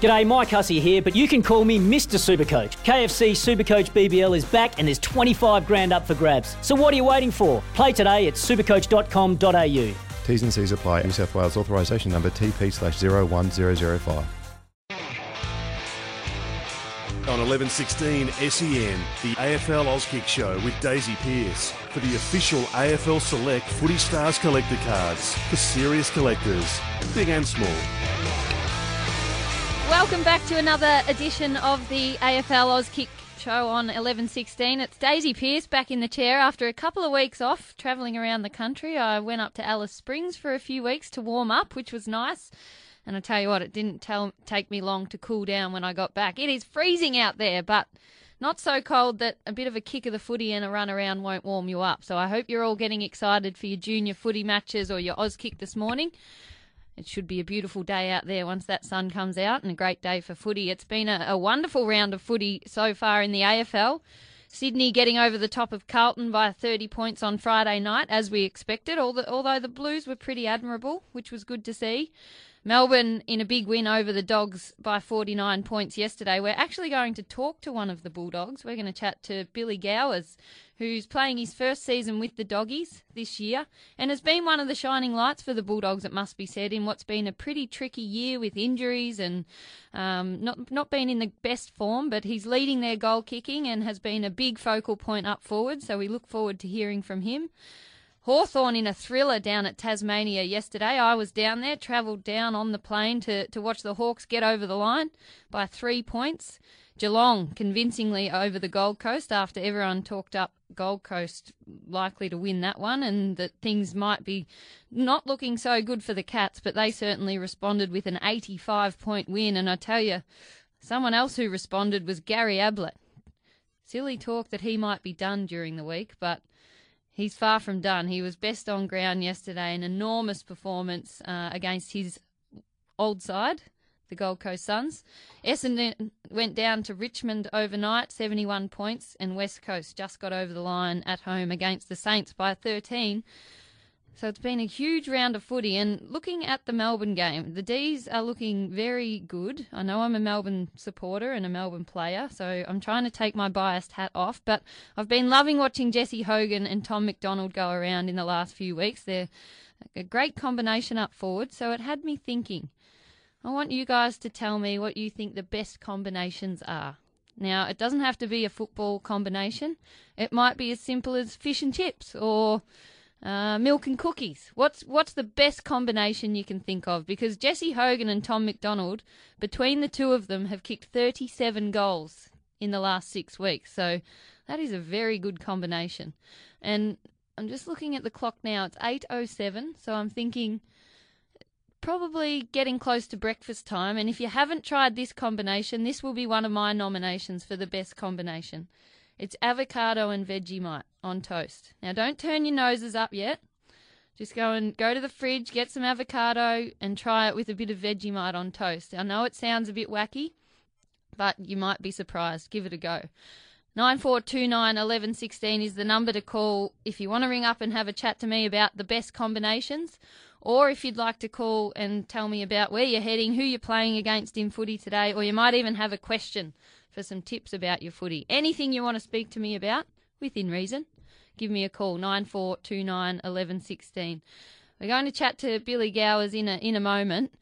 G'day, Mike Hussey here, but you can call me Mr. Supercoach. KFC Supercoach BBL is back and there's 25 grand up for grabs. So what are you waiting for? Play today at supercoach.com.au. T's and C's apply. New South Wales authorisation number TP slash 01005. On 11.16 SEN, E the AFL Auskick Show with Daisy Pierce for the official AFL Select Footy Stars Collector Cards for serious collectors, big and small. Welcome back to another edition of the AFL Oz Kick show on 11:16. It's Daisy Pierce back in the chair after a couple of weeks off travelling around the country. I went up to Alice Springs for a few weeks to warm up, which was nice. And I tell you what, it didn't tell, take me long to cool down when I got back. It is freezing out there, but not so cold that a bit of a kick of the footy and a run around won't warm you up. So I hope you're all getting excited for your junior footy matches or your Oz Kick this morning. It should be a beautiful day out there once that sun comes out and a great day for footy. It's been a, a wonderful round of footy so far in the AFL. Sydney getting over the top of Carlton by 30 points on Friday night, as we expected, although, although the Blues were pretty admirable, which was good to see. Melbourne in a big win over the Dogs by 49 points yesterday. We're actually going to talk to one of the Bulldogs. We're going to chat to Billy Gowers, who's playing his first season with the Doggies this year and has been one of the shining lights for the Bulldogs, it must be said, in what's been a pretty tricky year with injuries and um, not, not been in the best form, but he's leading their goal kicking and has been a big focal point up forward. So we look forward to hearing from him. Hawthorn in a thriller down at Tasmania yesterday. I was down there, travelled down on the plane to, to watch the Hawks get over the line by three points. Geelong convincingly over the Gold Coast after everyone talked up Gold Coast likely to win that one and that things might be not looking so good for the Cats, but they certainly responded with an 85 point win. And I tell you, someone else who responded was Gary Ablett. Silly talk that he might be done during the week, but He's far from done. He was best on ground yesterday, an enormous performance uh, against his old side, the Gold Coast Suns. Essendon went down to Richmond overnight, 71 points, and West Coast just got over the line at home against the Saints by 13. So it's been a huge round of footy. And looking at the Melbourne game, the D's are looking very good. I know I'm a Melbourne supporter and a Melbourne player, so I'm trying to take my biased hat off. But I've been loving watching Jesse Hogan and Tom McDonald go around in the last few weeks. They're a great combination up forward, so it had me thinking. I want you guys to tell me what you think the best combinations are. Now, it doesn't have to be a football combination. It might be as simple as fish and chips or uh, milk and cookies. What's what's the best combination you can think of? Because Jesse Hogan and Tom McDonald, between the two of them, have kicked 37 goals in the last six weeks. So that is a very good combination. And I'm just looking at the clock now. It's 8:07, so I'm thinking probably getting close to breakfast time. And if you haven't tried this combination, this will be one of my nominations for the best combination. It's avocado and Vegemite on toast. Now, don't turn your noses up yet. Just go and go to the fridge, get some avocado, and try it with a bit of Vegemite on toast. I know it sounds a bit wacky, but you might be surprised. Give it a go. 9429 1116 is the number to call if you want to ring up and have a chat to me about the best combinations, or if you'd like to call and tell me about where you're heading, who you're playing against in footy today, or you might even have a question for some tips about your footy. Anything you want to speak to me about, within reason, give me a call 9429 1116. We're going to chat to Billy Gowers in a, in a moment.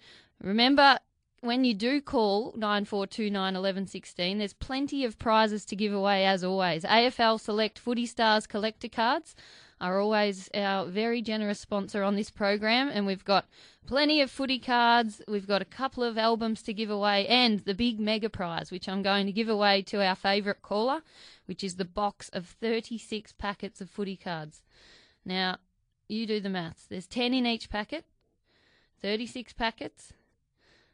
Remember, when you do call 94291116, there's plenty of prizes to give away as always. AFL Select Footy Stars collector cards are always our very generous sponsor on this program, and we've got plenty of footy cards. We've got a couple of albums to give away, and the big mega prize, which I'm going to give away to our favourite caller, which is the box of 36 packets of footy cards. Now, you do the maths. There's 10 in each packet, 36 packets.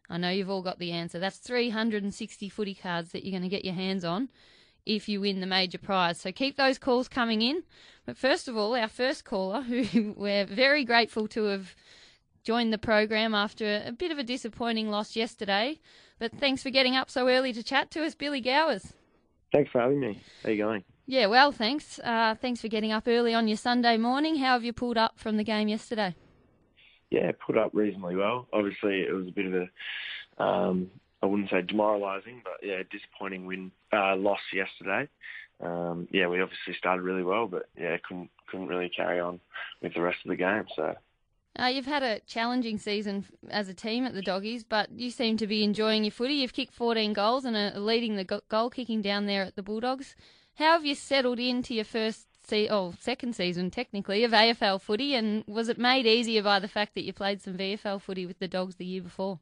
I know you've all got the answer. That's 360 footy cards that you're going to get your hands on if you win the major prize. So keep those calls coming in. But first of all, our first caller, who we're very grateful to have joined the program after a bit of a disappointing loss yesterday. But thanks for getting up so early to chat to us, Billy Gowers. Thanks for having me. How you going? Yeah, well, thanks. Uh, thanks for getting up early on your Sunday morning. How have you pulled up from the game yesterday? Yeah, put up reasonably well. Obviously, it was a bit of a um, I wouldn't say demoralising, but yeah, disappointing win uh, loss yesterday. Um, yeah, we obviously started really well, but yeah, couldn't couldn't really carry on with the rest of the game. So Uh, you've had a challenging season f- as a team at the Doggies, but you seem to be enjoying your footy. You've kicked 14 goals and are leading the go- goal kicking down there at the Bulldogs. How have you settled into your first se- oh, second season technically of AFL footy, and was it made easier by the fact that you played some VFL footy with the Dogs the year before?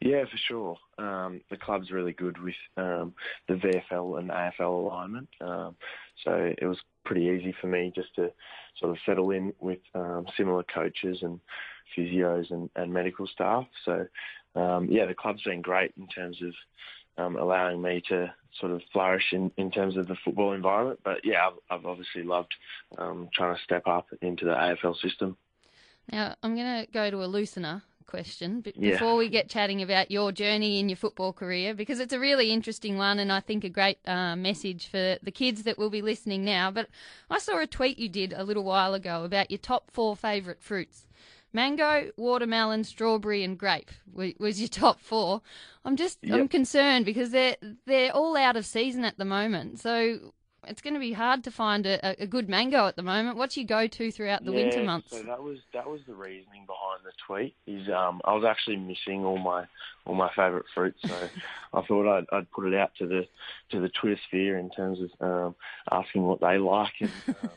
yeah, for sure. Um, the club's really good with um, the VFL and AFL alignment, um, so it was pretty easy for me just to sort of settle in with um, similar coaches and physios and, and medical staff. So um, yeah, the club's been great in terms of um, allowing me to sort of flourish in, in terms of the football environment. But yeah, I've, I've obviously loved um, trying to step up into the AFL system. Now, I'm going to go to a loosener question b- Yeah. before we get chatting about your journey in your football career because it's a really interesting one and I think a great uh, message for the kids that will be listening now. But I saw a tweet you did a little while ago about your top four favourite fruits. Mango, watermelon, strawberry, and grape wa- was your top four. I'm just I'm Yep. concerned because they're they're all out of season at the moment, so it's going to be hard to find a, a- a good mango at the moment. What's your go-to throughout the winter Yeah, months? So that was that was the reasoning behind the tweet. Is um, I was actually missing all my all my favourite fruits, so I thought I'd, I'd put it out to the to the Twitter sphere in terms of um, asking what they like, and um,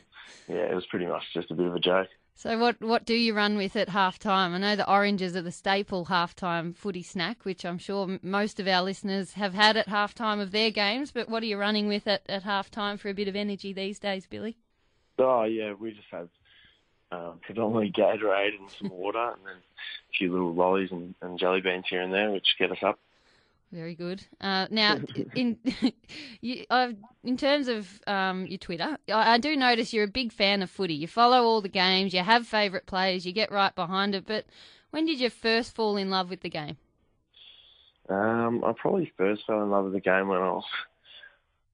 yeah, it was pretty much just a bit of a joke. So what what do you run with at half time? I know the oranges are the staple half time footy snack, which I'm sure m- most of our listeners have had at half time of their games. But what are you running with at, at half time for a bit of energy these days, Billy? Oh yeah, we just have um, predominantly Gatorade and some water, and then a few little lollies and, and jelly beans here and there, which get us up. Very good. Uh, now, in you, I've, in terms of um, your Twitter, I, I do notice you're a big fan of footy. You follow all the games. You have favourite players. You get right behind it. But when did you first fall in love with the game? Um, I probably first fell in love with the game when I was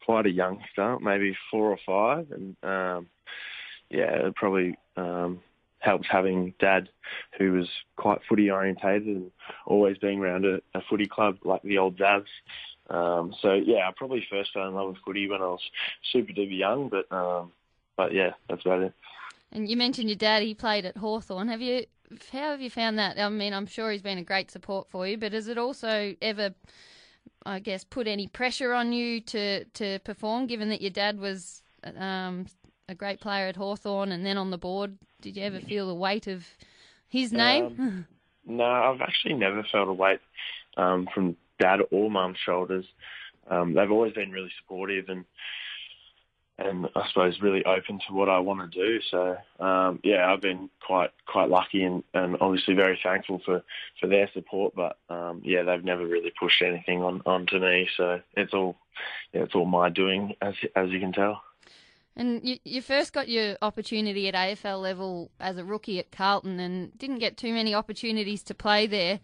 quite a youngster, maybe four or five, and um, yeah, it probably um, helped having dad who was quite footy orientated and always being around a, a footy club like the old Davs. Um, so yeah, I probably first fell in love with footy when I was super duper young, but um, but yeah, that's about it. And you mentioned your dad; he played at Hawthorn. Have you? How have you found that? I mean, I'm sure he's been a great support for you, but has it also ever, I guess, put any pressure on you to to perform? Given that your dad was um, a great player at Hawthorn and then on the board, did you ever feel the weight of his name? No, I've actually never felt a weight um, from dad or mum's shoulders. Um, they've always been really supportive and and I suppose really open to what I want to do. So um, yeah, I've been quite quite lucky and, and obviously very thankful for, for their support. But um, yeah, they've never really pushed anything on onto me. So it's all yeah, it's all my doing as as you can tell. And you, you first got your opportunity at AFL level as a rookie at Carlton and didn't get too many opportunities to play there.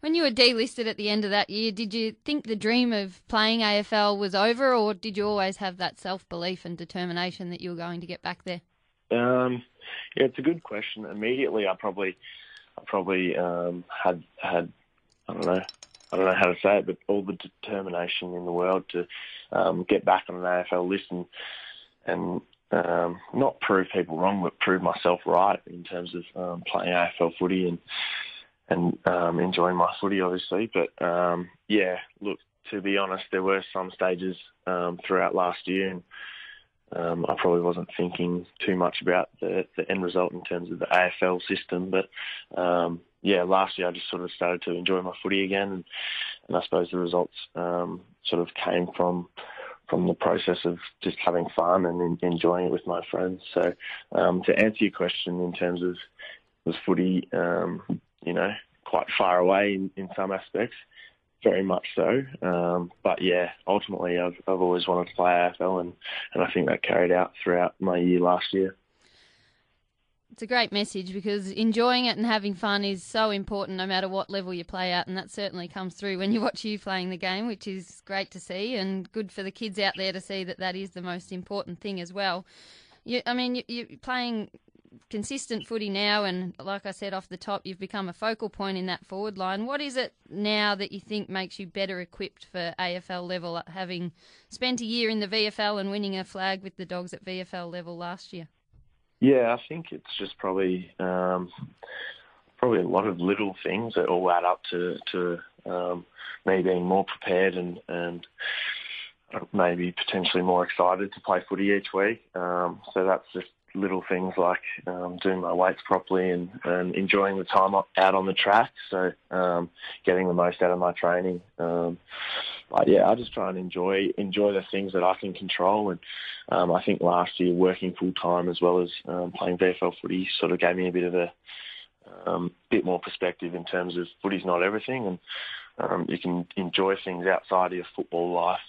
When you were delisted at the end of that year, did you think the dream of playing AFL was over or did you always have that self belief and determination that you were going to get back there? Um, yeah, it's a good question. Immediately, I probably, I probably um, had had, I don't know, I don't know how to say it, but all the determination in the world to um, get back on an AFL list and and um, not prove people wrong, but prove myself right in terms of um, playing AFL footy and and um, enjoying my footy, obviously. But um, yeah, look, to be honest, there were some stages um, throughout last year and um, I probably wasn't thinking too much about the, the end result in terms of the AFL system, but um, yeah, last year I just sort of started to enjoy my footy again, and, and I suppose the results um, sort of came from from the process of just having fun and en- enjoying it with my friends. So um, to answer your question in terms of was footy, um, you know, quite far away in, in some aspects. Very much so, um, but yeah. Ultimately, I've I've always wanted to play AFL, and and I think that carried out throughout my year last year. It's a great message because enjoying it and having fun is so important no matter what level you play at, and that certainly comes through when you watch you playing the game, which is great to see and good for the kids out there to see that that is the most important thing as well. You, I mean, you, you playing consistent footy now, and like I said off the top, you've become a focal point in that forward line. What is it now that you think makes you better equipped for AFL level, uh, having spent a year in the VFL and winning a flag with the dogs at VFL level last year? Yeah, I think it's just probably um, probably a lot of little things that all add up to to um, me being more prepared and and maybe potentially more excited to play footy each week. Um, so that's just little things like um, doing my weights properly and, and enjoying the time o- out on the track. So um, getting the most out of my training. Um, but yeah, I just try and enjoy enjoy the things that I can control. And um, I think last year working full time as well as um, playing VFL footy sort of gave me a bit of a um, bit more perspective in terms of footy's not everything, and um, you can enjoy things outside of your football life,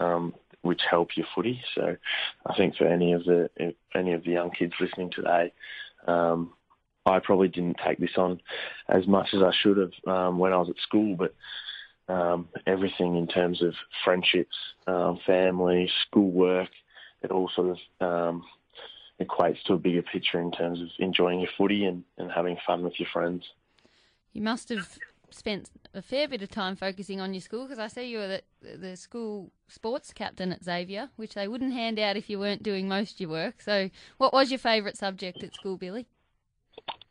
um, which help your footy. So, I think for any of the any of the young kids listening today, um, I probably didn't take this on as much as I should have um, when I was at school, but. Um, everything in terms of friendships, um, family, schoolwork, it all sort of um, equates to a bigger picture in terms of enjoying your footy and, and having fun with your friends. You must have spent a fair bit of time focusing on your school because I see you were the, the school sports captain at Xavier, which they wouldn't hand out if you weren't doing most of your work. So, what was your favourite subject at school, Billy?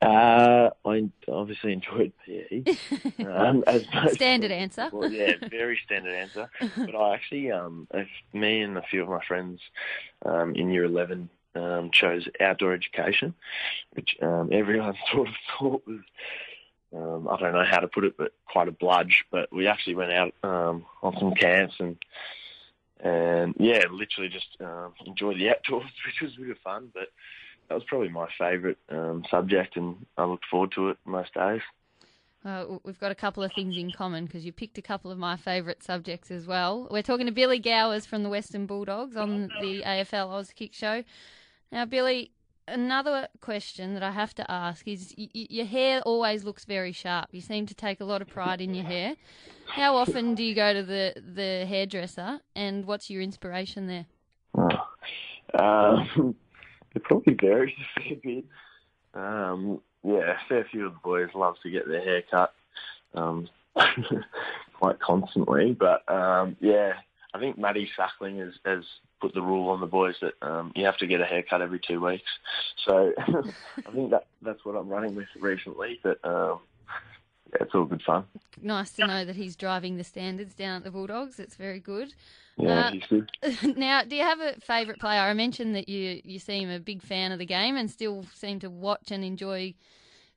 Uh, I obviously enjoyed PE. um, as most Standard answer. Well, yeah, very standard answer. But I actually, um, if me and a few of my friends um, in year 11 um, chose outdoor education, which um, everyone sort of thought was, um, I don't know how to put it, but quite a bludge. But we actually went out um, on some camps and, and yeah, literally just um, enjoyed the outdoors, which was a bit of fun. But that was probably my favourite um, subject, and I look forward to it most days. Uh, we've got a couple of things in common because you picked a couple of my favourite subjects as well. We're talking to Billy Gowers from the Western Bulldogs on the AFL Oz Kick Show. Now, Billy, another question that I have to ask is y- y- your hair always looks very sharp. You seem to take a lot of pride in your hair. How often do you go to the, the hairdresser, and what's your inspiration there? Um, it probably varies a fair bit. Um, yeah, a fair few of the boys love to get their hair cut um, quite constantly. But um, yeah, I think Maddie Sackling has, has put the rule on the boys that um, you have to get a haircut every two weeks. So I think that that's what I'm running with recently. But um, yeah, it's all good fun. Nice to know that he's driving the standards down at the Bulldogs. It's very good. Yeah, Uh, he's good. now, do you have a favourite player? I mentioned that you you seem a big fan of the game and still seem to watch and enjoy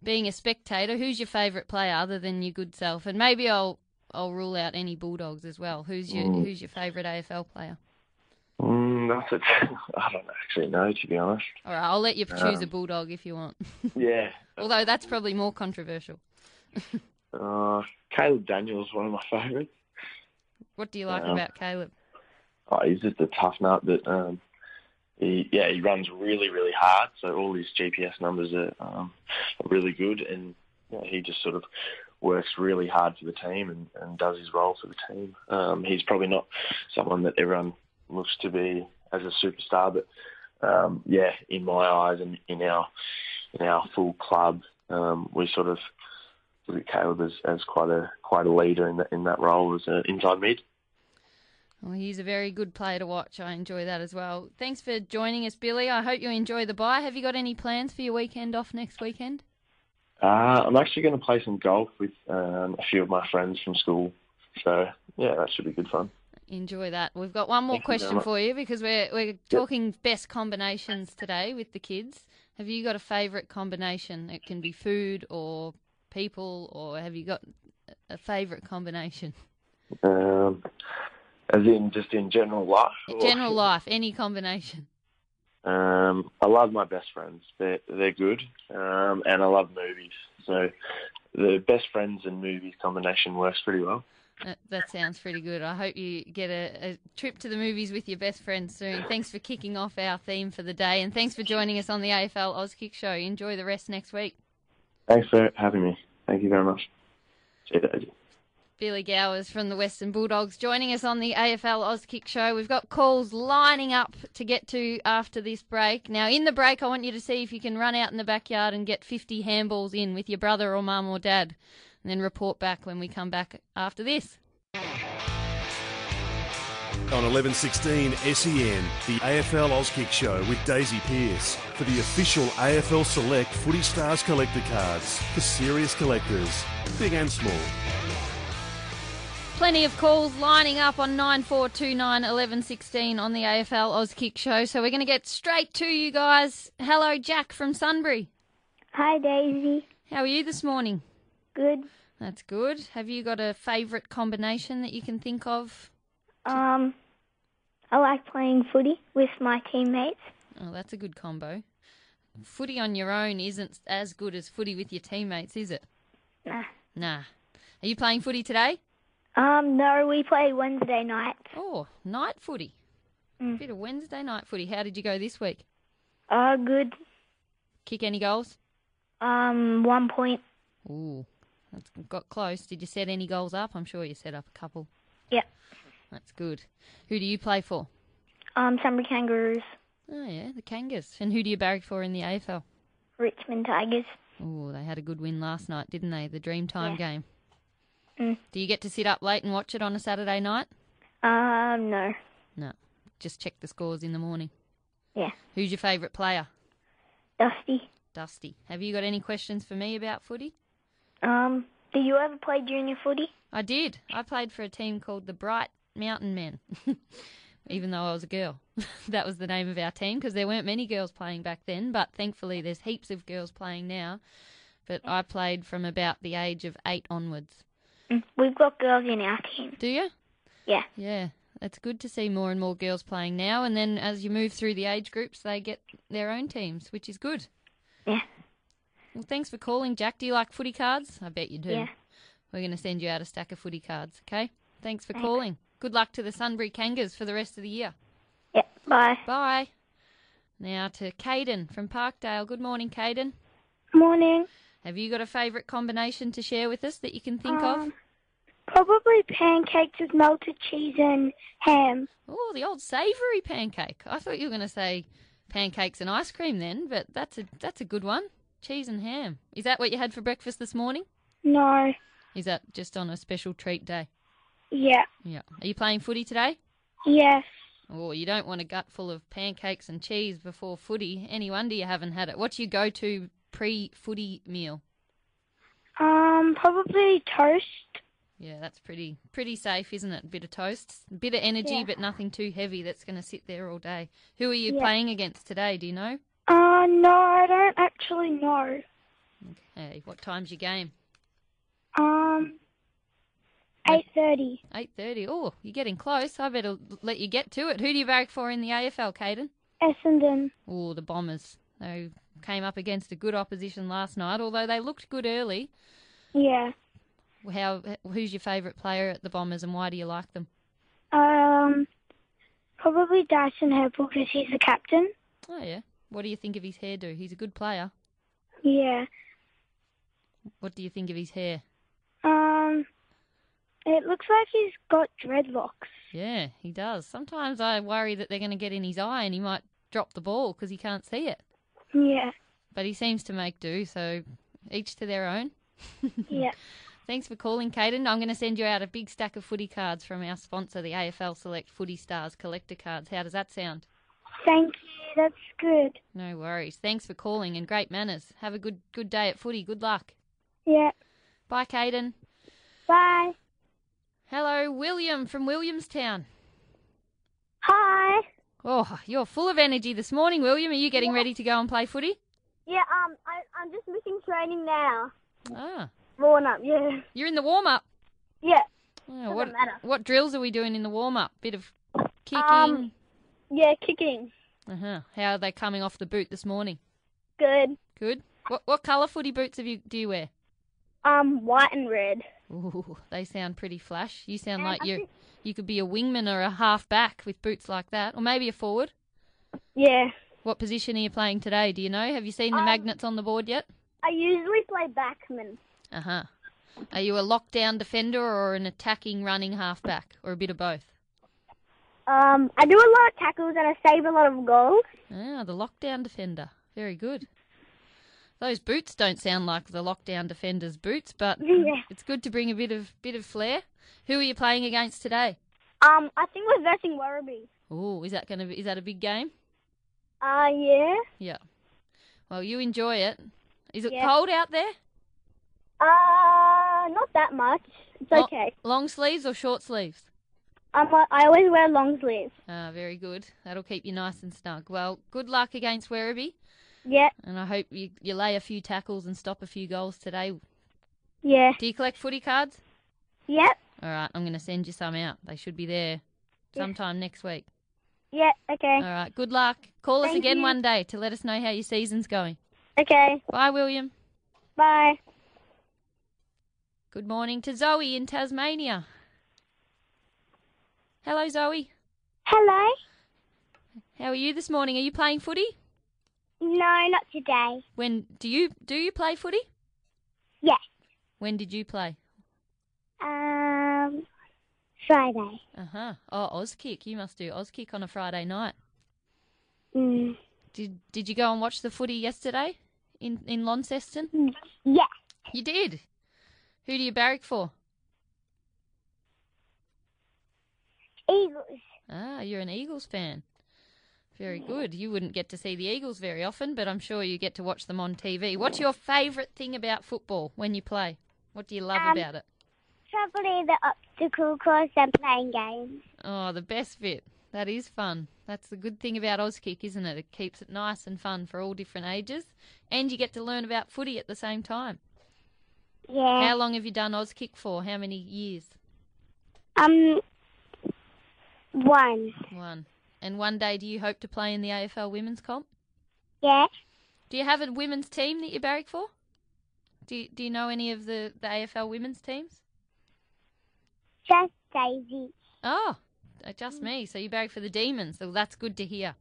being a spectator. Who's your favourite player other than your good self? And maybe I'll I'll rule out any Bulldogs as well. Who's your Who's your favourite AFL player? Mm, that's it. I don't actually know, to be honest. All right, I'll let you choose a Bulldog if you want. Yeah. Although that's probably more controversial. Uh, Caleb Daniels, one of my favourites. What do you like about Caleb? Oh, he's just a tough nut, but um, he yeah he runs really really hard. So all his GPS numbers are, um, are really good, and yeah, he just sort of works really hard for the team and, and does his role for the team. Um, he's probably not someone that everyone looks to be as a superstar, but um, yeah, in my eyes and in our in our full club, um, we sort of look at Caleb as, as quite a quite a leader in that in that role as an inside mid. Well, he's a very good player to watch. I enjoy that as well. Thanks for joining us, Billy. I hope you enjoy the bye. Have you got any plans for your weekend off next weekend? Uh, I'm actually going to play some golf with um, a few of my friends from school. So, yeah, that should be good fun. Enjoy that. We've got one more Thank you very question much. for you because we're we're talking best combinations today with the kids. Have you got a favourite combination? It can be food or people, or have you got a favourite combination? Um, as in, just in general life. or- General life, any combination. Um, I love my best friends. They're, they're good. Um, and I love movies. So, the best friends and movies combination works pretty well. Uh, That sounds pretty good. I hope you get a, a trip to the movies with your best friend soon. Thanks for kicking off our theme for the day, and thanks for joining us on the AFL Auskick Show. Enjoy the rest next week. Thanks for having me. Thank you very much. See you, Daisy. Billy Gowers from the Western Bulldogs joining us on the AFL Auskick show. We've got calls lining up to get to after this break. Now, in the break, I want you to see if you can run out in the backyard and get 50 handballs in with your brother or mum or dad, and then report back when we come back after this. On 1116 SEN, E the AFL Auskick Show with Daisy Pierce for the official AFL Select Footy Stars Collector Cards for serious collectors, big and small. Plenty of calls lining up on 9429 1116 on the AFL Auskick show. So we're going to get straight to you guys. Hello, Jack from Sunbury. Hi, Daisy. How are you this morning? Good. That's good. Have you got a favourite combination that you can think of? Um, I like playing footy with my teammates. Oh, that's a good combo. Footy on your own isn't as good as footy with your teammates, is it? Nah. Nah. Are you playing footy today? Um, no, we play Wednesday nights. Oh, night footy. Mm. Bit of Wednesday night footy. How did you go this week? Uh, good. Kick any goals? Um, one point. Ooh, that's got close. Did you set any goals up? I'm sure you set up a couple. Yep. That's good. Who do you play for? Um, Sunbury Kangaroos, Oh yeah, the Kangas. And who do you barrack for in the AFL? Richmond Tigers. Oh, they had a good win last night, didn't they? The Dream Time Yeah. game. Mm. Do you get to sit up late and watch it on a Saturday night? Um, no. No. Just check the scores in the morning. Yeah. Who's your favourite player? Dusty. Dusty. Have you got any questions for me about footy? Um, do you ever play junior footy? I did. I played for a team called the Bright Mountain Men, even though I was a girl. that was the name of our team because there weren't many girls playing back then, but thankfully there's heaps of girls playing now. But I played from about the age of eight onwards. Mm. We've got girls in our team. Do you? Yeah. Yeah, it's good to see more and more girls playing now. And then as you move through the age groups, they get their own teams, which is good. Yeah. Well, thanks for calling, Jack. Do you like footy cards? I bet you do. Yeah. We're going to send you out a stack of footy cards, okay? Thanks for Thanks. calling. Good luck to the Sunbury Kangas for the rest of the year. Yep. Bye. Bye. Now to Caden from Parkdale. Good morning, Caden. Morning. Have you got a favourite combination to share with us that you can think of? Um, Probably pancakes with melted cheese and ham. Oh, the old savoury pancake. I thought you were going to say pancakes and ice cream then, but that's a that's a good one. Cheese and ham. Is that what you had for breakfast this morning? No. Is that just on a special treat day? Yeah. Yeah. Are you playing footy today? Yes. Oh, you don't want a gut full of pancakes and cheese before footy. Any wonder you haven't had it. What's your go-to pre-footy meal? Um, probably toast. Yeah, that's pretty pretty safe, isn't it? Bit of toast, bit of energy, Yeah. but nothing too heavy that's going to sit there all day. Who are you Yeah. playing against today? Do you know? Uh, no, I don't actually know. Okay. What time's your game? Um, eight thirty. Eight thirty. Oh, you're getting close. I better l- let you get to it. Who do you barrack for in the AFL, Caden? Essendon. Oh, the Bombers. They came up against a good opposition last night, although they looked good early. Yeah. How? Who's your favourite player at the Bombers, and why do you like them? Um, probably Dyson Herbal because he's the captain. Oh yeah. What do you think of his hairdo? He's a good player. Yeah. What do you think of his hair? Um, it looks like he's got dreadlocks. Yeah, he does. Sometimes I worry that they're going to get in his eye and he might drop the ball because he can't see it. Yeah. But he seems to make do. So each to their own. Yeah. Thanks for calling, Caden. I'm going to send you out a big stack of footy cards from our sponsor, the AFL Select Footy Stars Collector Cards. How does that sound? Thank you. That's good. No worries. Thanks for calling and great manners. Have a good good day at footy. Good luck. Yeah. Bye, Caden. Bye. Hello, William from Williamstown. Hi. Oh, you're full of energy this morning, William. Are you getting ready to go and play footy? Yeah. Um, I, I'm just missing training now. Ah, Morning up. Yeah. you're in the warm up. Yeah. Oh, what matter. what drills are we doing in the warm up? Bit of kicking. Um, Yeah. Kicking. uh-huh. How are they coming off the boot this morning? Good. Good. What what colour footy boots have you do you wear? Um, white and red. Ooh, they sound pretty flash. You sound Um, like I you think- you could be a wingman or a half back with boots like that, or maybe a forward. Yeah. What position are you playing today? Do you know? Have you seen the Um, magnets on the board yet? I usually play backman. Uh huh. Are you a lockdown defender or an attacking running halfback or a bit of both? Um, I do a lot of tackles and I save a lot of goals. Ah, the lockdown defender. Very good. Those boots don't sound like the lockdown defender's boots, but Yeah. it's good to bring a bit of bit of flair. Who are you playing against today? Um, I think we're versing Werribee. Oh, is that gonna be, is that a big game? Uh, yeah. Yeah. Well, you enjoy it. Is it Yeah. cold out there? Uh, not that much. It's Lo- okay. long sleeves or short sleeves? Um, I, I always wear long sleeves. Ah, very good. That'll keep you nice and snug. Well, good luck against Werribee, Yeah, and I hope you, you lay a few tackles and stop a few goals today. yeah, Do you collect footy cards? yep, All right, I'm going to send you some out. They should be there sometime next week. yeah, okay, All right, good luck. Call us Thank again you. one day to let us know how your season's going. okay, Bye, William. bye. Good morning to Zoe in Tasmania. Hello, Zoe. Hello? How are you this morning? Are you playing footy? No, not today. When do you do you play footy? Yes. When did you play? Um, Friday. Uh huh. Oh, Auskick. You must do Auskick on a Friday night. Mm. Did Did you go and watch the footy yesterday in in Launceston? Yeah, You did. Who do you barrack for? Eagles. Ah, you're an Eagles fan. Very good. You wouldn't get to see the Eagles very often, but I'm sure you get to watch them on TV. What's your favourite thing about football when you play? What do you love Um, about it? Probably the obstacle course and playing games. Oh, the best bit. That is fun. That's the good thing about Auskick, isn't it? It keeps it nice and fun for all different ages, and you get to learn about footy at the same time. Yeah. How long have you done Auskick for? How many years? Um, one. One. And one day, do you hope to play in the AFL Women's Comp? Yeah. Do you have a women's team that you barrack for? Do you, Do you know any of the, the AFL women's teams? Just Daisy. Oh, uh, just me. So you barrack for the Demons. Well, that's good to hear.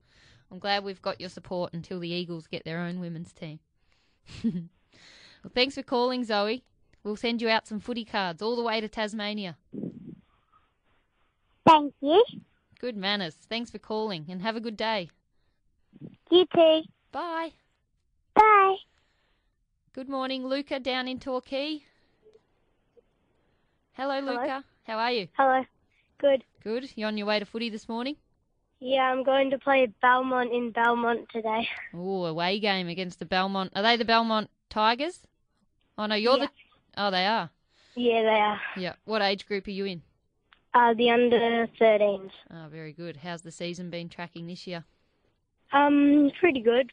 I'm glad we've got your support until the Eagles get their own women's team. well, thanks for calling, Zoe. We'll send you out some footy cards all the way to Tasmania. Thank you. Good manners. Thanks for calling and have a good day. You too. Bye. Bye. Good morning, Luca, down in Torquay. Hello, Hello. Luca. How are you? Hello. Good. Good. You on your way to footy this morning? Yeah, I'm going to play Belmont in Belmont today. Oh, away game against the Belmont. Are they the Belmont Tigers? Oh no, you're Yeah. the. Oh, they are. Yeah, they Yeah. What age group are you in? are. Uh, the under 13s. Oh, very good. How's the season been tracking this year? Um, pretty good.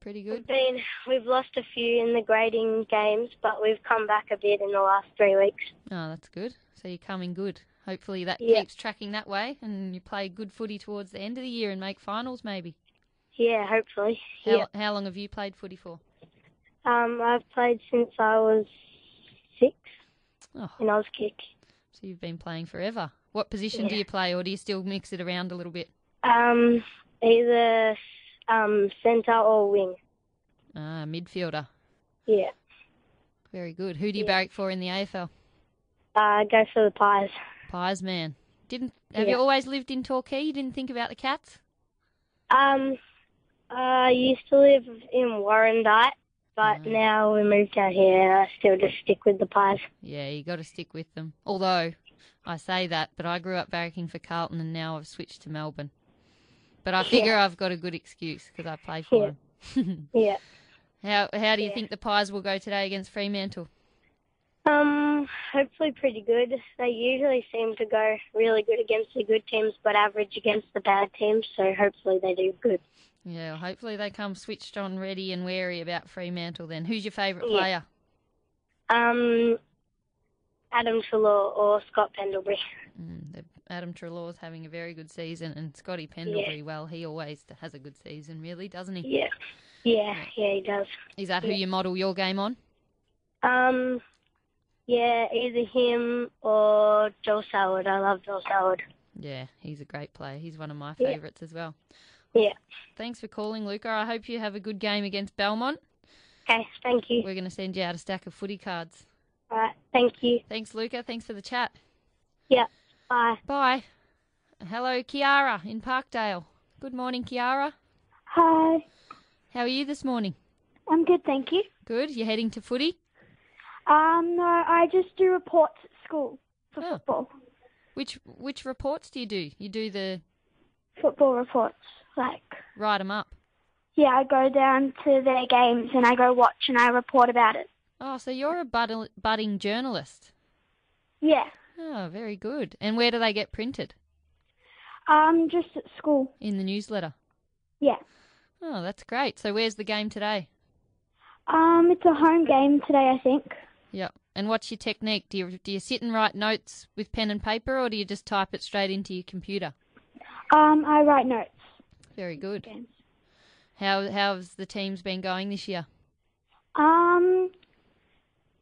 Pretty We've good. been we've lost a few in the grading games, but we've come back a bit in the last three weeks. Oh, that's good. So you're coming good. Hopefully that Yeah. keeps tracking that way, and you play good footy towards the end of the year and make finals maybe. Yeah, hopefully. How, Yeah. how long have you played footy for? Um, I've played since I was six Oh, in Auskick. so you've been playing forever. What position do Yeah. you play, or do you still mix it around a little bit? Um, either um centre or wing. Ah, midfielder. Yeah. Very good. Who do you Yeah. barrack for in the AFL? Uh, go for the pies. Pies man. Didn't have you Yeah. always lived in Torquay? You didn't think about the cats? Um, I used to live in Warrandyte, but Right. now we moved out here. and I still just stick with the pies. Yeah, you got to stick with them. Although I say that, but I grew up barracking for Carlton and now I've switched to Melbourne. But I figure I've got a good excuse because I play for Yeah. them. Yeah. how how do you Yeah. think the Pies will go today against Fremantle? Um, hopefully pretty good. They usually seem to go really good against the good teams, but average against the bad teams. So hopefully they do good. Yeah, hopefully they come switched on, ready and wary about Fremantle. Then who's your favourite Yeah. player? Um, Adam Trelaw or Scott Pendlebury. Mm, the- Adam Trelaw's having a very good season, and Scotty Pendlebury. Well, he always has a good season, really, doesn't he? Yeah, yeah, yeah, he does. Is that who Yeah. you model your game on? Um, yeah, either him or Joel Soward. I love Joel Soward. Yeah, he's a great player. He's one of my Yeah. favourites as well. Yeah. Thanks for calling, Luca. I hope you have a good game against Belmont. Okay, thank you. We're going to send you out a stack of footy cards. All right. Thank you. Thanks, Luca. Thanks for the chat. Yeah. Bye. Bye. And Hello, Kiara in Parkdale. Good morning, Kiara. Hi. How are you this morning? I'm good, thank you. Good. You're heading to footy? Um, no, I just do reports at school for Oh. football. Which which reports do you do? You do the Football reports. Like, write 'em up. yeah, I go down to their games and I go watch and I report about it. Oh, so you're a buddle- budding journalist. Yeah. Oh, very good. And where do they get printed? Um, just at school. In the newsletter. Yeah. Oh, that's great. So where's the game today? Um, it's a home game today, I think. Yep. And what's your technique? Do you do you sit and write notes with pen and paper, or do you just type it straight into your computer? Um, I write notes. Very good. Games. How how's the team's been going this year? Um,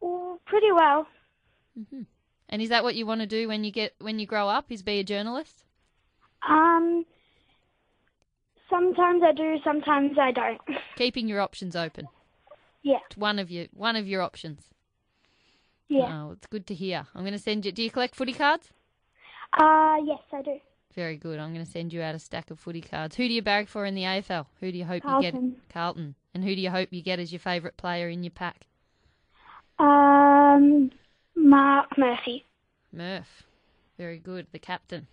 well, pretty well. And is that what you want to do when you get when you grow up? Is be a journalist? Um, sometimes I do, sometimes I don't. Keeping your options open. yeah. It's one of your one of your options. Yeah. Oh, it's good to hear. I'm going to send you. Do you collect footy cards? Uh, yes, I do. Very good. I'm going to send you out a stack of footy cards. Who do you barrack for in the AFL? Who do you hope you Carlton. get? Carlton. And who do you hope you get as your favourite player in your pack? Um, Mark Murphy. Murph. Very good. The captain.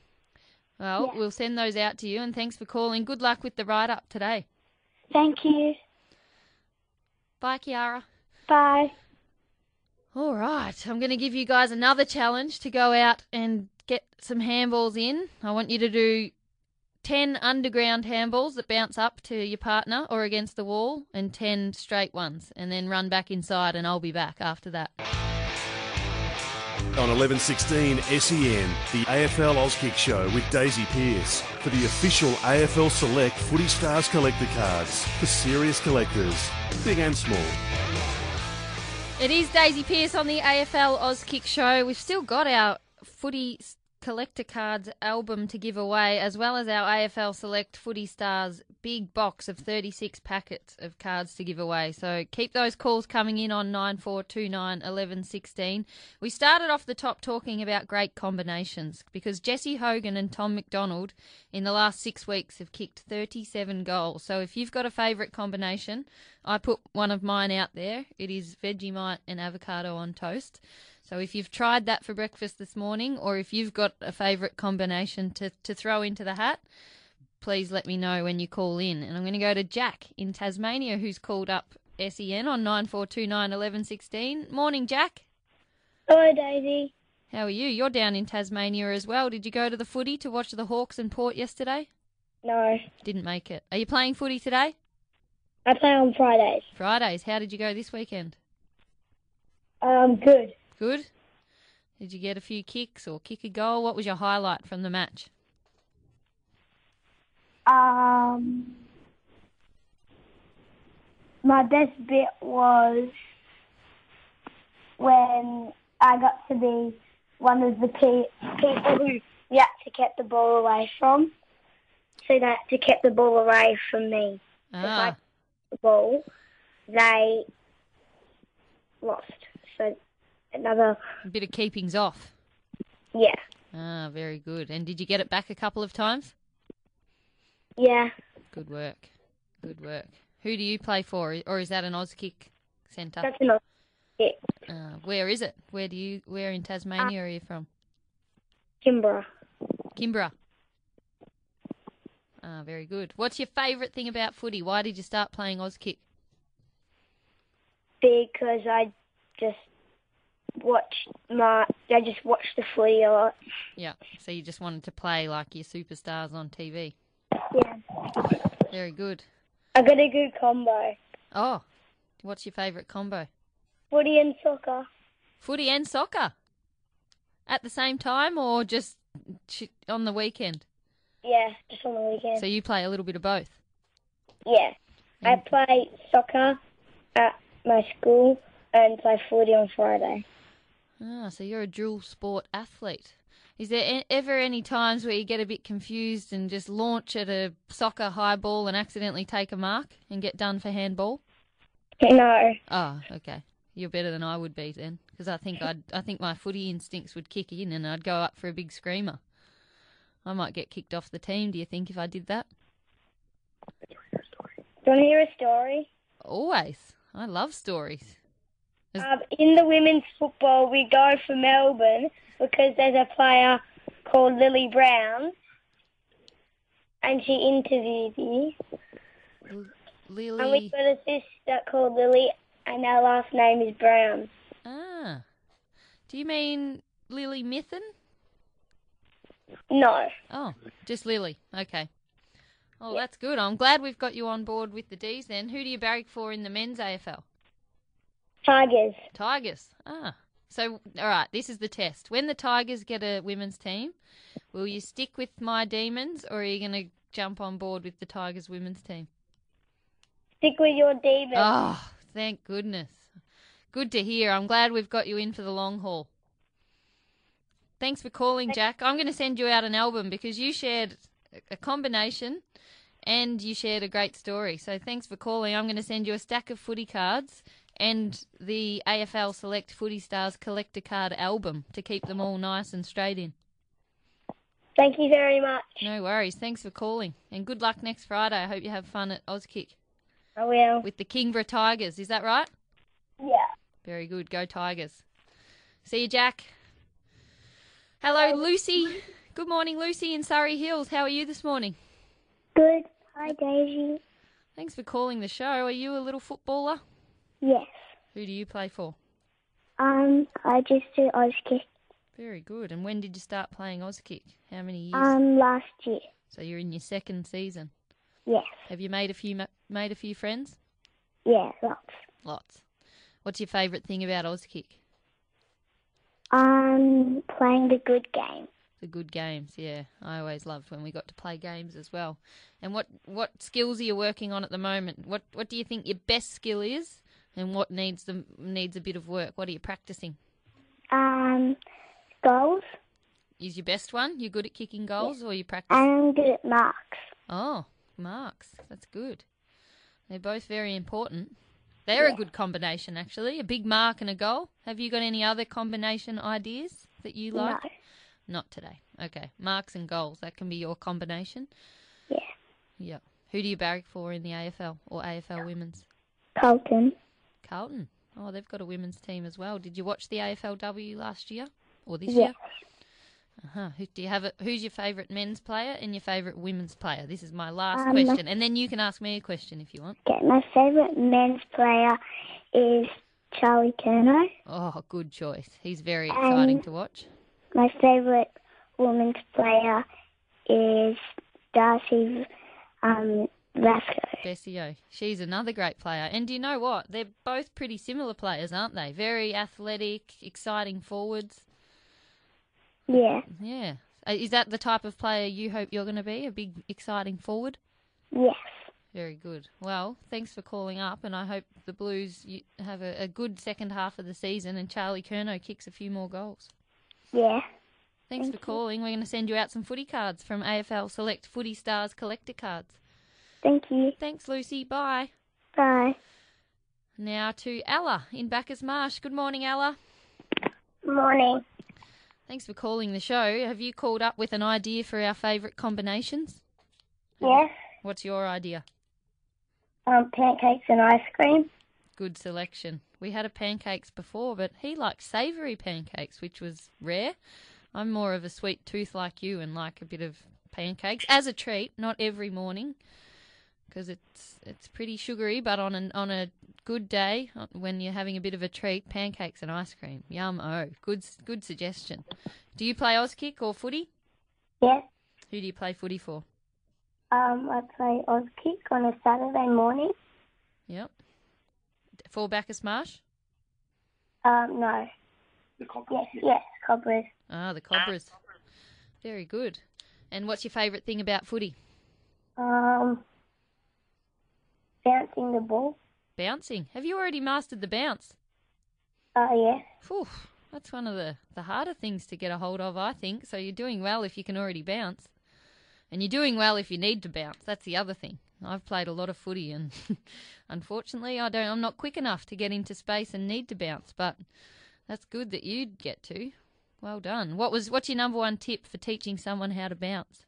Well, we'll send those out to you and thanks for calling. Good luck with the write up today. Thank you. Bye, Kiara. Bye. All right, I'm going to give you guys another challenge to go out and get some handballs in. I want you to do 10 underground handballs that bounce up to your partner or against the wall and 10 straight ones and then run back inside and I'll be back after that. On 1116 SEN, E the AFL Oz Kick Show with Daisy Pierce for the official AFL Select Footy Stars Collector Cards for serious collectors, big and small. It is Daisy Pierce on the AFL Oz Kick Show. We've still got our footy s- collector cards album to give away, as well as our AFL Select Footy Stars big box of 36 packets of cards to give away. So keep those calls coming in on 9429 1116. We started off the top talking about great combinations because Jesse Hogan and Tom McDonald in the last six weeks have kicked 37 goals. So if you've got a favourite combination, I put one of mine out there. It is Vegemite and avocado on toast. So if you've tried that for breakfast this morning, or if you've got a favourite combination to, to throw into the hat, please let me know when you call in. And I'm going to go to Jack in Tasmania, who's called up SEN on 9429 1116. Morning, Jack. Hello, Daisy. How are you? You're down in Tasmania as well. Did you go to the footy to watch the Hawks and Port yesterday? No, Didn't make it. Are you playing footy today? I play on Fridays. Fridays. How did you go this weekend? Um, good. Good. Did you get a few kicks or kick a goal? What was your highlight from the match? Um, my best bit was when I got to be one of the pe- people who you had to keep the ball away from. So that to keep the ball away from me, Ah, the ball, they lost. So another, a bit of keepings off. yeah, Ah, very good. And did you get it back a couple of times? yeah. Good work. Good work. Who do you play for, or is that an Auskick centre? That's enough. Yeah, Uh, where is it? Where do you? Where in Tasmania are you from? Kimbra. Kimbra. Ah, very good. What's your favourite thing about footy? Why did you start playing Auskick? because I just watched my I just watched the footy a lot. Yeah. So you just wanted to play like your superstars on TV. Yeah, Very good. I got a good combo: Oh, what's your favourite combo? footy and soccer. Footy and soccer at the same time, or just ch- on the weekend? Yeah, just on the weekend. So you Mm. play a little bit of both. yeah, I play soccer at my school and play footy on Friday. Ah, so you're a dual sport athlete. Is there e- ever any times where you get a bit confused and just launch at a soccer high ball and accidentally take a mark and get done for handball? No, Oh, okay. You're better than I would be then, because I think I'd I think my footy instincts would kick in and I'd go up for a big screamer. I might get kicked off the team. Do you think if I did that? Do you want to hear a story? Always. I love stories. Is- Um, in the women's football, we go for Melbourne because there's a player called Lily Brown, and she interviewed me. L- And we've Lily. got a sister called Lily, and her last name is Brown. Ah. Do you mean Lily Mithen? No. Oh, just Lily. Okay. Oh, that's good. I'm glad we've got you on board with the D's then. Who do you barrack for in the men's AFL? Tigers. Tigers. Ah. So, all right, this is the test. When the Tigers get a women's team, will you stick with my demons or are you going to jump on board with the Tigers women's team? Stick with your demons. Oh, thank goodness. Good to hear. I'm glad we've got you in for the long haul. Thanks for calling, Jack. I'm going to send you out an album because you shared a combination and you shared a great story. So thanks for calling. I'm going to send you a stack of footy cards and the AFL Select Footy Stars collector card album to keep them all nice and straight in. Thank you very much. No worries. Thanks for calling and good luck next Friday. I hope you have fun at Auskick I will. with the Kingborough Tigers. Is that right? Yeah. Very good. Go Tigers. See you, Jack. Hello, Lucy. Good morning, Lucy in Surrey Hills. How are you this morning? Good. Hi, Daisy. Thanks for calling the show. Are you a little footballer? Yes. Who do you play for? Um, I just do Auskick. Very good. And when did you start playing Auskick? How many years? Um, last year. so you're in your second season. Yes. Have you made a few ma- made a few friends? Yeah, lots. Lots. What's your favourite thing about Auskick? Um, playing the good game. The good games, yeah. I always loved when we got to play games as well. And what what skills are you working on at the moment? What what do you think your best skill is, and what needs the needs a bit of work? What are you practicing? Um, goals. Is your best one? You're good at kicking goals, or you practice? And I'm good at marks. Oh, marks. That's good. They're both very important. They're a good combination, actually. A big mark and a goal. Have you got any other combination ideas that you like? No. Not today. Okay. Marks and goals. That can be your combination. Yeah. Yeah. Who do you barrack for in the AFL or AFL women's? Colton. Carlton. Oh, they've got a women's team as well. Did you watch the AFLW last year or this Yeah. year? Uh-huh. Who, do you have a, who's your favourite men's player and your favourite women's player? This is my last Um, question, and then you can ask me a question if you want. Okay, my favourite men's player is Charlie Kerno. Oh, good choice. He's very exciting Um, to watch. My favourite women's player is Darcy um, Vasco. Bessio. She's another great player. And do you know what? They're both pretty similar players, aren't they? Very athletic, exciting forwards. Yeah, Yeah. Uh, Is that the type of player you hope you're going to be? A big, exciting forward? yes. Very good. Well, thanks for calling up, and I hope the Blues you- have a, a good second half of the season and Charlie Kerno kicks a few more goals. Yeah, Thanks for calling. We're going to send you out some footy cards from AFL Select Footy Stars Collector Cards. thank you. Thanks, Lucy. Bye. Bye. Now to Ella in Backers Marsh. Good morning, Ella. Morning. Thanks for calling the show. Have you called up with an idea for our favourite combinations? Yes, What's your idea? um, pancakes and ice cream. Good selection. We had a pancakes before, but he likes savoury pancakes, which was rare. I'm more of a sweet tooth like you and like a bit of pancakes as a treat, not every morning, because it's it's pretty sugary. But on an, on a good day, uh, when you're having a bit of a treat, pancakes and ice cream, yum! Oh, good s- good suggestion. Do you play Auskick or footy? Yes, Who do you play footy for? um, I play Auskick on a Saturday morning. Yep. For Bacchus Marsh? Um, no. Yes, yes, cobblers. Ah, the Cobras. Very good. And what's your favourite thing about footy? Um, bouncing the ball. Bouncing. Have you already mastered the bounce? Oh, yes. Phew, that's one of the, the harder things to get a hold of, I think. So you're doing well if you can already bounce. And you're doing well if you need to bounce. That's the other thing. I've played a lot of footy, and unfortunately, I don't. I'm not quick enough to get into space and need to bounce. But that's good that you get to. Well done. What was what's your number one tip for teaching someone how to bounce?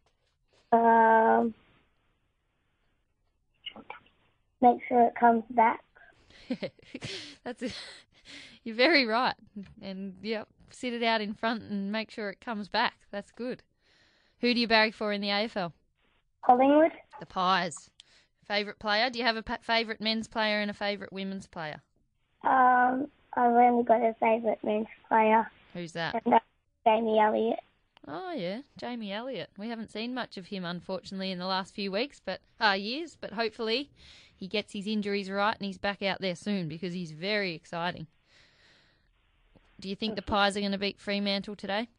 Um, make sure it comes back. That's it. You're very right. And yep, sit it out in front and make sure it comes back. That's good. Who do you barrack for in the AFL? Collingwood, The Pies. Favorite player? Do you have a pa- favorite men's player and a favorite women's player? um, I've only got a favourite men's player, Who's that? and that's Jamie Elliott. Oh yeah, Jamie Elliott. We haven't seen much of him unfortunately in the last few weeks, but uh years, but hopefully he gets his injuries right and he's back out there soon because he's very exciting. Do you think the Pies are going to beat Fremantle today?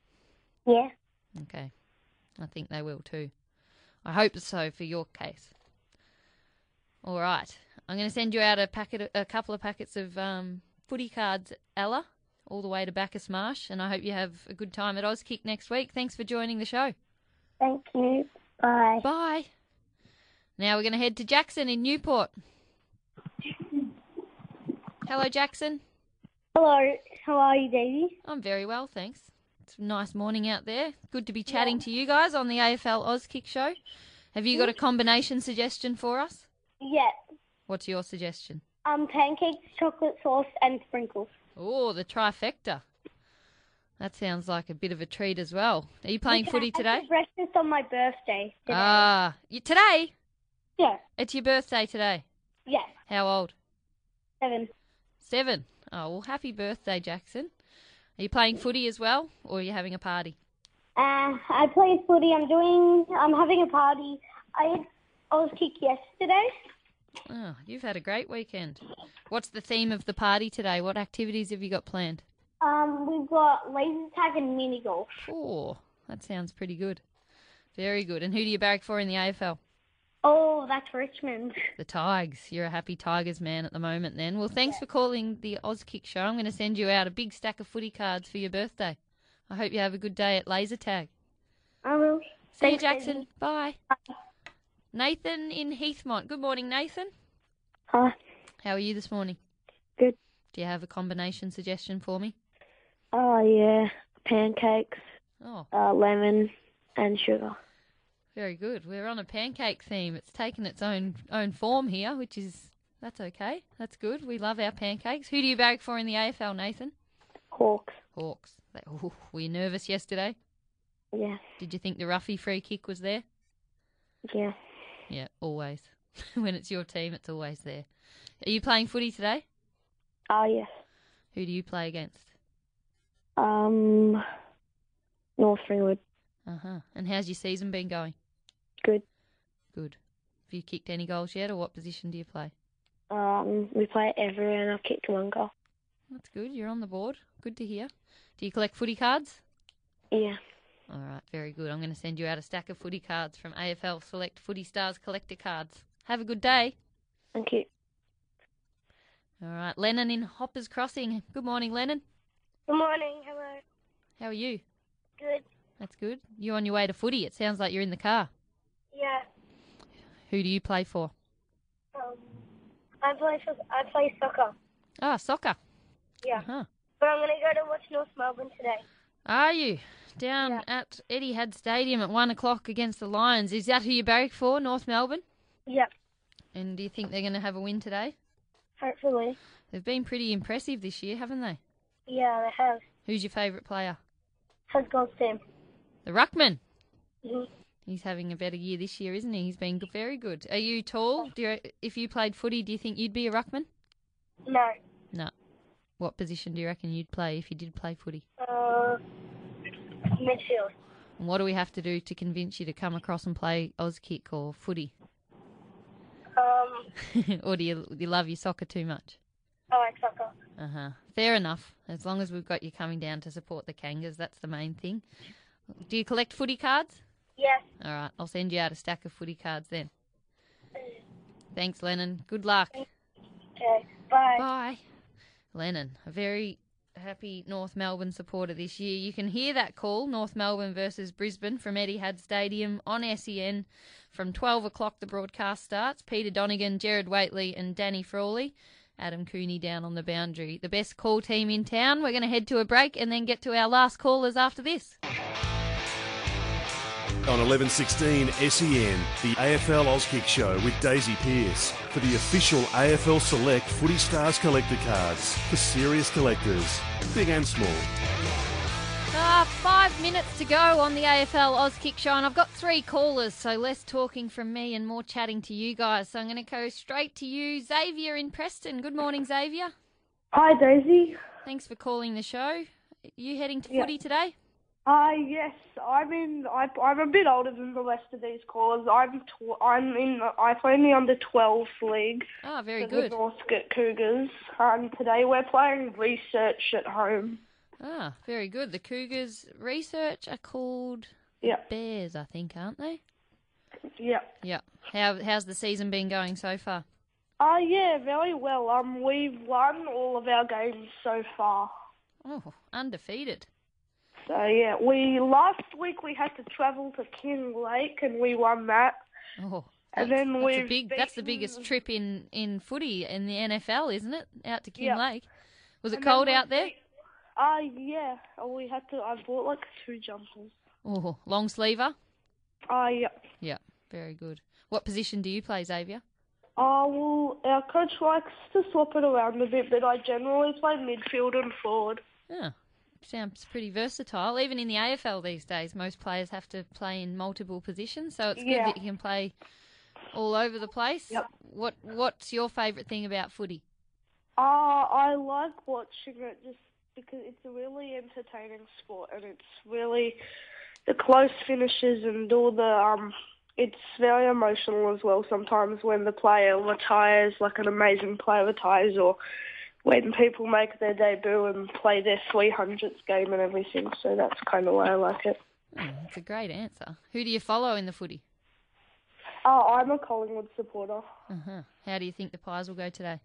Yeah, Okay. I think they will too. I hope so for your case. All right. I'm going to send you out a packet, a couple of packets of um, footy cards, Ella, all the way to Bacchus Marsh, and I hope you have a good time at Auskick next week. Thanks for joining the show. thank you. Bye. Bye. Now we're going to head to Jackson in Newport. Hello, Jackson. Hello, how are you, Davey? I'm very well, thanks. It's a nice morning out there. Good to be chatting to you guys on the AFL Auskick show. Have you got a combination suggestion for us? Yeah, What's your suggestion? um, pancakes, chocolate sauce, and sprinkles. Oh, the trifecta. That sounds like a bit of a treat as well. Are you playing footy today? Breakfast on my birthday. Today. Ah, you, today? yeah, It's your birthday today. yeah, How old? seven. Seven. Oh, well, happy birthday, Jackson. Are you playing footy as well, or are you having a party? Uh, I play footy. I'm doing. I'm having a party. I had I was kick yesterday. Oh, you've had a great weekend. What's the theme of the party today? What activities have you got planned? Um, we've got laser tag and mini golf. Oh, that sounds pretty good. Very good. And who do you barrack for in the AFL? Oh, that's Richmond. The Tigers. You're a happy Tigers man at the moment, then. Well, thanks for calling the Auskick show. I'm going to send you out a big stack of footy cards for your birthday. I hope you have a good day at laser tag. I will. See you, Jackson. Bye. Nathan in Heathmont. Good morning, Nathan. Uh, How are you this morning? Good. Do you have a combination suggestion for me? oh yeah, pancakes, Oh, uh, lemon, and sugar. Very good. We're on a pancake theme. It's taken its own own form here, which is that's okay. That's good. We love our pancakes. Who do you bag for in the AFL, Nathan? Hawks. Hawks. They- ooh, were you nervous yesterday? Yes. Did you think the roughy free kick was there? Yes. Yeah, always. when it's your team, it's always there. Are you playing footy today? Oh yes. Who do you play against? Um, North Ringwood. Uh huh. And how's your season been going? Good. Good. Have you kicked any goals yet, or what position do you play? Um, we play every and I've kicked one goal. That's good. You're on the board. Good to hear. Do you collect footy cards? Yeah. All right, very good. I'm going to send you out a stack of footy cards from AFL Select Footy Stars Collector Cards. Have a good day. Thank you. All right, Lennon in Hoppers Crossing. Good morning, Lennon. Good morning. Hello. How are you? Good. That's good. You on your way to footy? It sounds like you're in the car. Yeah. Who do you play for? Um, I play so- I play soccer. Ah, soccer. Yeah, Huh. but I'm gonna go to watch North Melbourne today. Are you down at Eddie Had Stadium at one o'clock against the Lions? Is that who you barrack for, North Melbourne? Yeah, And do you think they're going to have a win today? hopefully. They've been pretty impressive this year, haven't they? Yeah, they have. Who's your favourite player? Has gold team. The Ruckman. Mhm. He's having a better year this year, isn't he? He's been g- very good. Are you tall? Do you, if you played footy, do you think you'd be a ruckman? No. No. What position do you reckon you'd play if you did play footy? Uh, midfield. And what do we have to do to convince you to come across and play Auskick or footy? Um, or do you, you love your soccer too much? I like soccer. Uh huh. Fair enough. As long as we've got you coming down to support the Kangas, that's the main thing. Do you collect footy cards? Yes. All right, I'll send you out a stack of footy cards then. Mm. Thanks, Lennon. Good luck. Okay. Bye. Bye. Lennon, a very happy North Melbourne supporter this year. You can hear that call, North Melbourne versus Brisbane, from Etihad Stadium on SEN from 12 o'clock. The broadcast starts. Peter Donegan, Jared Waitley, and Danny Frawley. Adam Cooney down on the boundary. The best call team in town. We're going to head to a break and then get to our last callers after this. On 1116 SEN, E the AFL Oz Kick Show with Daisy Pierce for the official AFL Select Footy Stars Collector Cards for serious collectors, big and small. Ah, five minutes to go on the AFL Oz Kick Show, and I've got three callers, so less talking from me and more chatting to you guys. So I'm going to go straight to you, Xavier in Preston. Good morning, Xavier. Hi, Daisy. Thanks for calling the show. You heading to Yeah. footy today? Uh, yes, I'm in. I, I'm a bit older than the rest of these callers. I'm tw- I'm in. I play in the under twelve league. Ah, very for good. The Northcote Cougars. Um, today we're playing research at home. Ah, very good. The Cougars research are called Yeah, Bears, I think, aren't they? yeah. Yeah. How how's the season been going so far? Uh, yeah, very well. Um, we've won all of our games so far. Oh, undefeated. So yeah, we last week we had to travel to King Lake and we won that. Oh. And that's- then that's, a we've big, that's the beaten- biggest trip in, in footy in the NFL, isn't it? Out to King Yeah. Lake. Was it And then cold we out there? beat- Uh, yeah. We had to. I bought like two jumpers. Oh, long sleever. Uh, yeah. Yeah, very good. What position do you play, Xavier? Uh, well, our coach likes to swap it around a bit, but I generally play midfield and forward. Yeah. Ah, Sounds pretty versatile. Even in the AFL these days, most players have to play in multiple positions, so it's Yeah. good that you can play all over the place. Yep. What What's your favourite thing about footy? Uh, I like watching it just because it's a really entertaining sport and it's really the close finishes and all the um. It's very emotional as well sometimes when the player retires, like an amazing player retires, or when people make their debut and play their 300th game and everything. So that's kind of why I like it. Oh, that's a great answer. Who do you follow in the footy? Uh, I'm a Collingwood supporter. Uh-huh. How do you think the Pies will go today?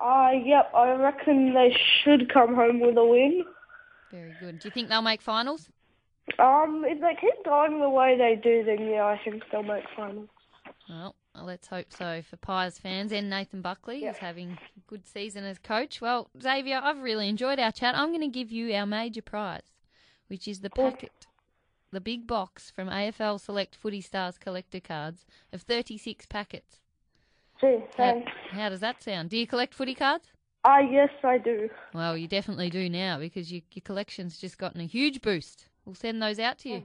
Uh, yep, I reckon they should come home with a win. Very good. Do you think they'll make finals? Um, if they keep going the way they do, then yeah, I think they'll make finals. Well, let's hope so for Pies fans and Nathan Buckley Yeah. is having a good season as coach. Well, Xavier, I've really enjoyed our chat. I'm going to give you our major prize, which is the packet, the big box from AFL Select Footy Stars collector cards of 36 packets. Gee, How, thanks. how does that sound? Do you collect footy cards? Ah, yes, I do. Well, you definitely do now because your, your collection's just gotten a huge boost. We'll send those out to you.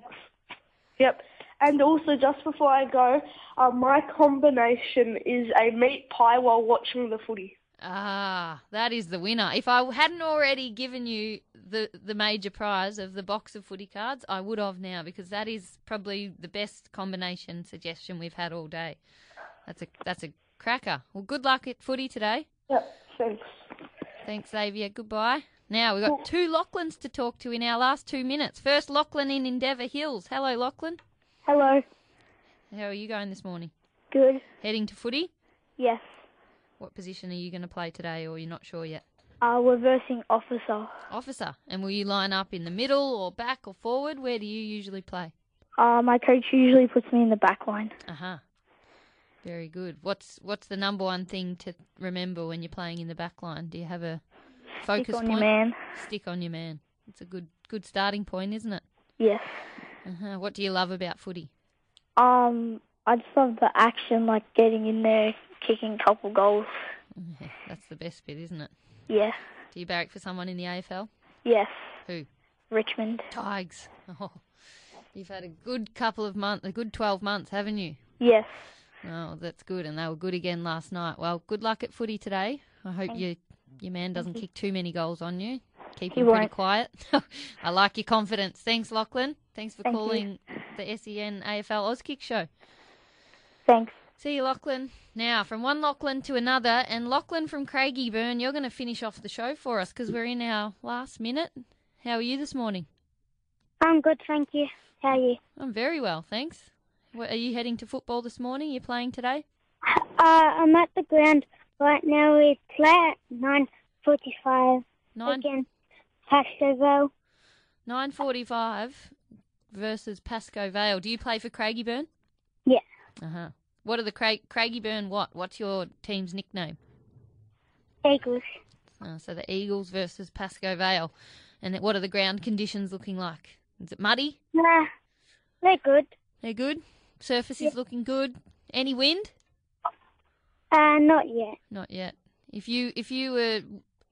Yep. And also, just before I go, uh, my combination is a meat pie while watching the footy. Ah, that is the winner. If I hadn't already given you the the major prize of the box of footy cards, I would have now because that is probably the best combination suggestion we've had all day. That's a that's a cracker. Well, good luck at footy today. Yep, thanks. Thanks, Xavier. Goodbye. Now we've got two Lachlan's to talk to in our last two minutes. First, Lachlan in Endeavour Hills. Hello, Lachlan. Hello. How are you going this morning? Good. Heading to footy. Yes. What position are you going to play today, or you're not sure yet? Uh, reversing officer. Officer. And will you line up in the middle or back or forward? Where do you usually play? Uh, my coach usually puts me in the back line. Uh huh. Very good. What's what's the number one thing to remember when you're playing in the back line? Do you have a focus Stick on point? your man. Stick on your man. It's a good good starting point, isn't it? Yes. Uh-huh. What do you love about footy? Um, I just love the action, like getting in there, kicking a couple goals. That's the best bit, isn't it? Yeah. Do you barrack for someone in the AFL? Yes. Who? Richmond. Tigers. Oh, you've had a good couple of months, a good twelve months, haven't you? Yes. Oh, that's good. And they were good again last night. Well, good luck at footy today. I hope your your man doesn't kick too many goals on you. Keep He him pretty won't. quiet. I like your confidence. Thanks, Lachlan. Thanks for Thank you. calling the E SEN AFL Auskick show. Thanks. See you, Lachlan. Now, from one Lachlan to another, and Lachlan from Craigieburn, you're going to finish off the show for us because we're in our last minute. How are you this morning? I'm good, thank you. How are you? I'm very well, thanks. What, are you heading to football this morning? You're playing today? Uh, I'm at the ground right now. We play at 9.45 Nine. against Pasco Vale, 945 versus Pasco Vale. Do you play for Craigieburn? Yeah. Uh huh. What are the Craig Craigieburn? What? What's your team's nickname? Eagles, Uh, so the Eagles versus Pasco Vale, and what are the ground conditions looking like? Is it muddy? nah, they're good. They're good. Surface is looking good. Any wind? Uh, not yet. Not yet. If you if you were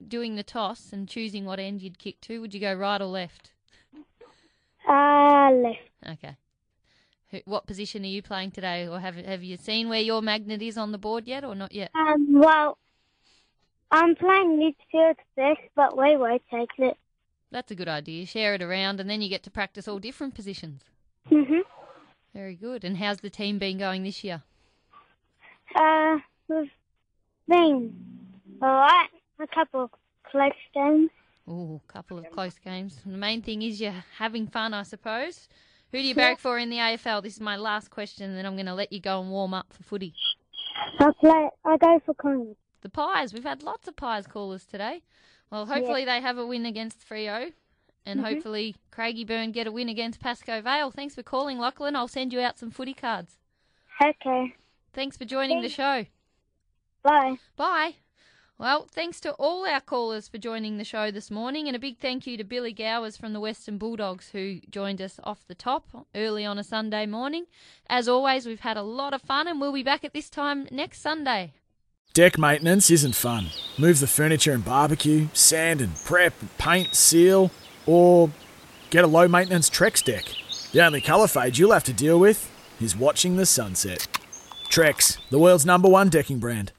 doing the toss and choosing what end you'd kick to, would you go right or left? Uh, left. Okay. Who, what position are you playing today, or have have you seen where your magnet is on the board yet, or not yet? Um, well, I'm playing midfield first, but we won't take it. That's a good idea. Share it around, and then you get to practice all different positions. Mhm. Very good. And how's the team been going this year? Uh, we've been alright. A couple of close games. Ooh, a couple of close games. And the main thing is you're having fun, I suppose. Who do you barrack for in the AFL? This is my last question, and then I'm going to let you go and warm up for footy. I play. I go for Collingwood. The Pies. We've had lots of Pies callers today. Well, hopefully they have a win against Frio, and hopefully Craigieburn get a win against Pasco Vale. Thanks for calling, Lachlan. I'll send you out some footy cards. Okay. Thanks for joining the show. Bye. Bye. Well, thanks to all our callers for joining the show this morning, and a big thank you to Billy Gowers from the Western Bulldogs who joined us off the top early on a Sunday morning. As always, we've had a lot of fun, and we'll be back at this time next Sunday. Deck maintenance isn't fun. Move the furniture and barbecue, sand and prep, paint, seal, or get a low maintenance Trex deck. The only colour fade you'll have to deal with is watching the sunset. Trex, the world's number one decking brand.